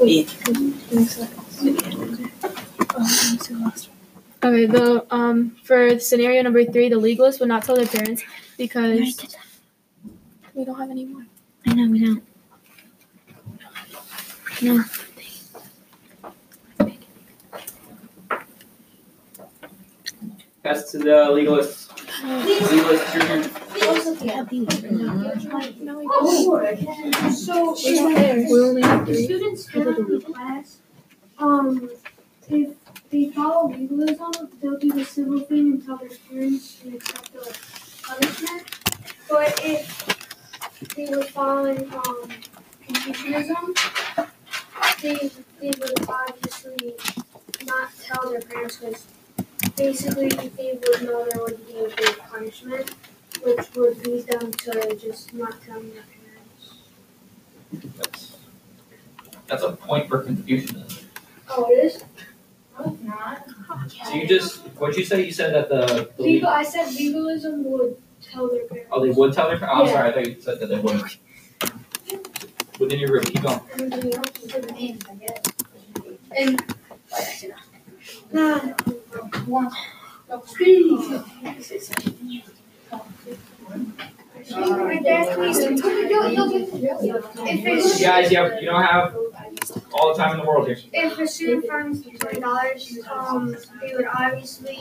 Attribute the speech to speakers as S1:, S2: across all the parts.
S1: Yeah.
S2: Okay, the um for scenario number three, the legalists would not tell their parents because we don't have any more.
S3: I know we don't. No.
S4: Pass to the legalist. Legalist, it's your turn.
S5: So
S2: We don't care.
S5: if
S2: We only have
S5: the
S2: three.
S5: students have in class, um, if they follow legalism, they'll do the civil thing and tell their parents and accept the punishment. But if they were following um Confucianism, they they would obviously not tell their parents because basically they would know there would be a big punishment, which would lead them to just not telling their parents.
S4: That's, that's a point for confusion.
S5: Oh, it is?
S4: So you just, what'd you say? You said that the, the
S5: Legal, I said legalism would tell their parents.
S4: oh, they would tell their, oh, I'm
S5: Yeah.
S4: sorry, I thought you said that they wouldn't. Within your room, keep going.
S5: Everything else is in the name, I guess.
S3: And
S5: Nah, uh, my dad please, If a,
S4: Guys, you have, you don't have all the time in the world here.
S5: if a student finds twenty dollars, um, they would obviously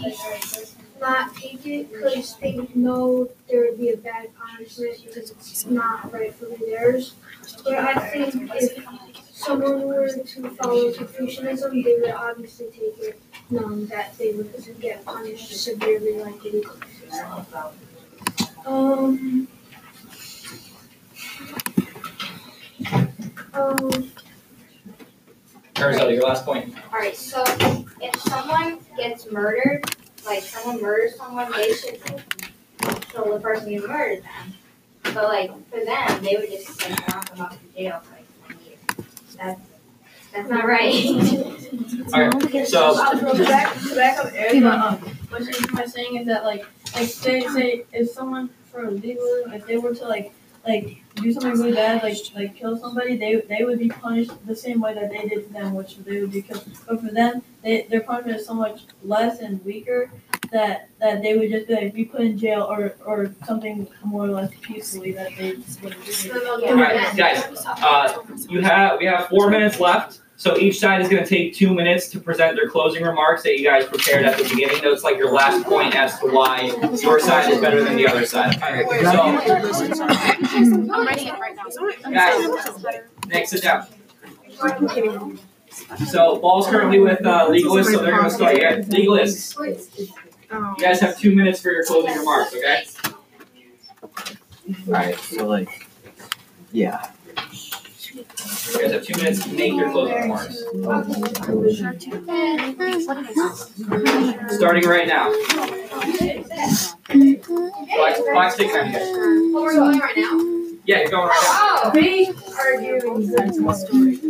S5: not take it because they would know there would be a bad punishment because it's not rightfully theirs. But I think if someone were to follow Confucianism, they would obviously take it, knowing that they would get punished severely like it is. Um. Um.
S4: Aristotle, your last point.
S6: Alright, so if someone gets murdered, like someone murders someone, they should kill the person who murdered them. But like for them, they would just like knock them off to jail for like twenty years. That's that's not right.
S4: So,
S7: So back, so back up Eric, um, what she was saying is that like, like say, say if someone from legalism, if they were to like, like do something really bad, like like kill somebody, they they would be punished the same way that they did to them, which they would be killed. But for them, they their punishment is so much less and weaker that that they would just be, like, be put in jail or or something more or less peacefully that they wouldn't do.
S4: alright, guys, uh, you have, we have four minutes left. So each side is gonna take two minutes to present their closing remarks that you guys prepared at the beginning. That's like your last point as to why your side is better than the other side. So,
S2: I'm writing it right now.
S4: Guys. Nick, sit down. So ball's currently with uh, legalist, so they're gonna start. You guys, legalist,
S2: Oh.
S4: you guys have two minutes for your closing remarks, okay?
S8: Alright, so like, yeah.
S4: You guys have two minutes to make your closing remarks. Starting right now. Clock, clock's ticking on you guys.
S6: Well, we're going right now.
S4: Yeah, you're going right
S6: Oh.
S7: Be
S6: Arguing.
S7: That's my story.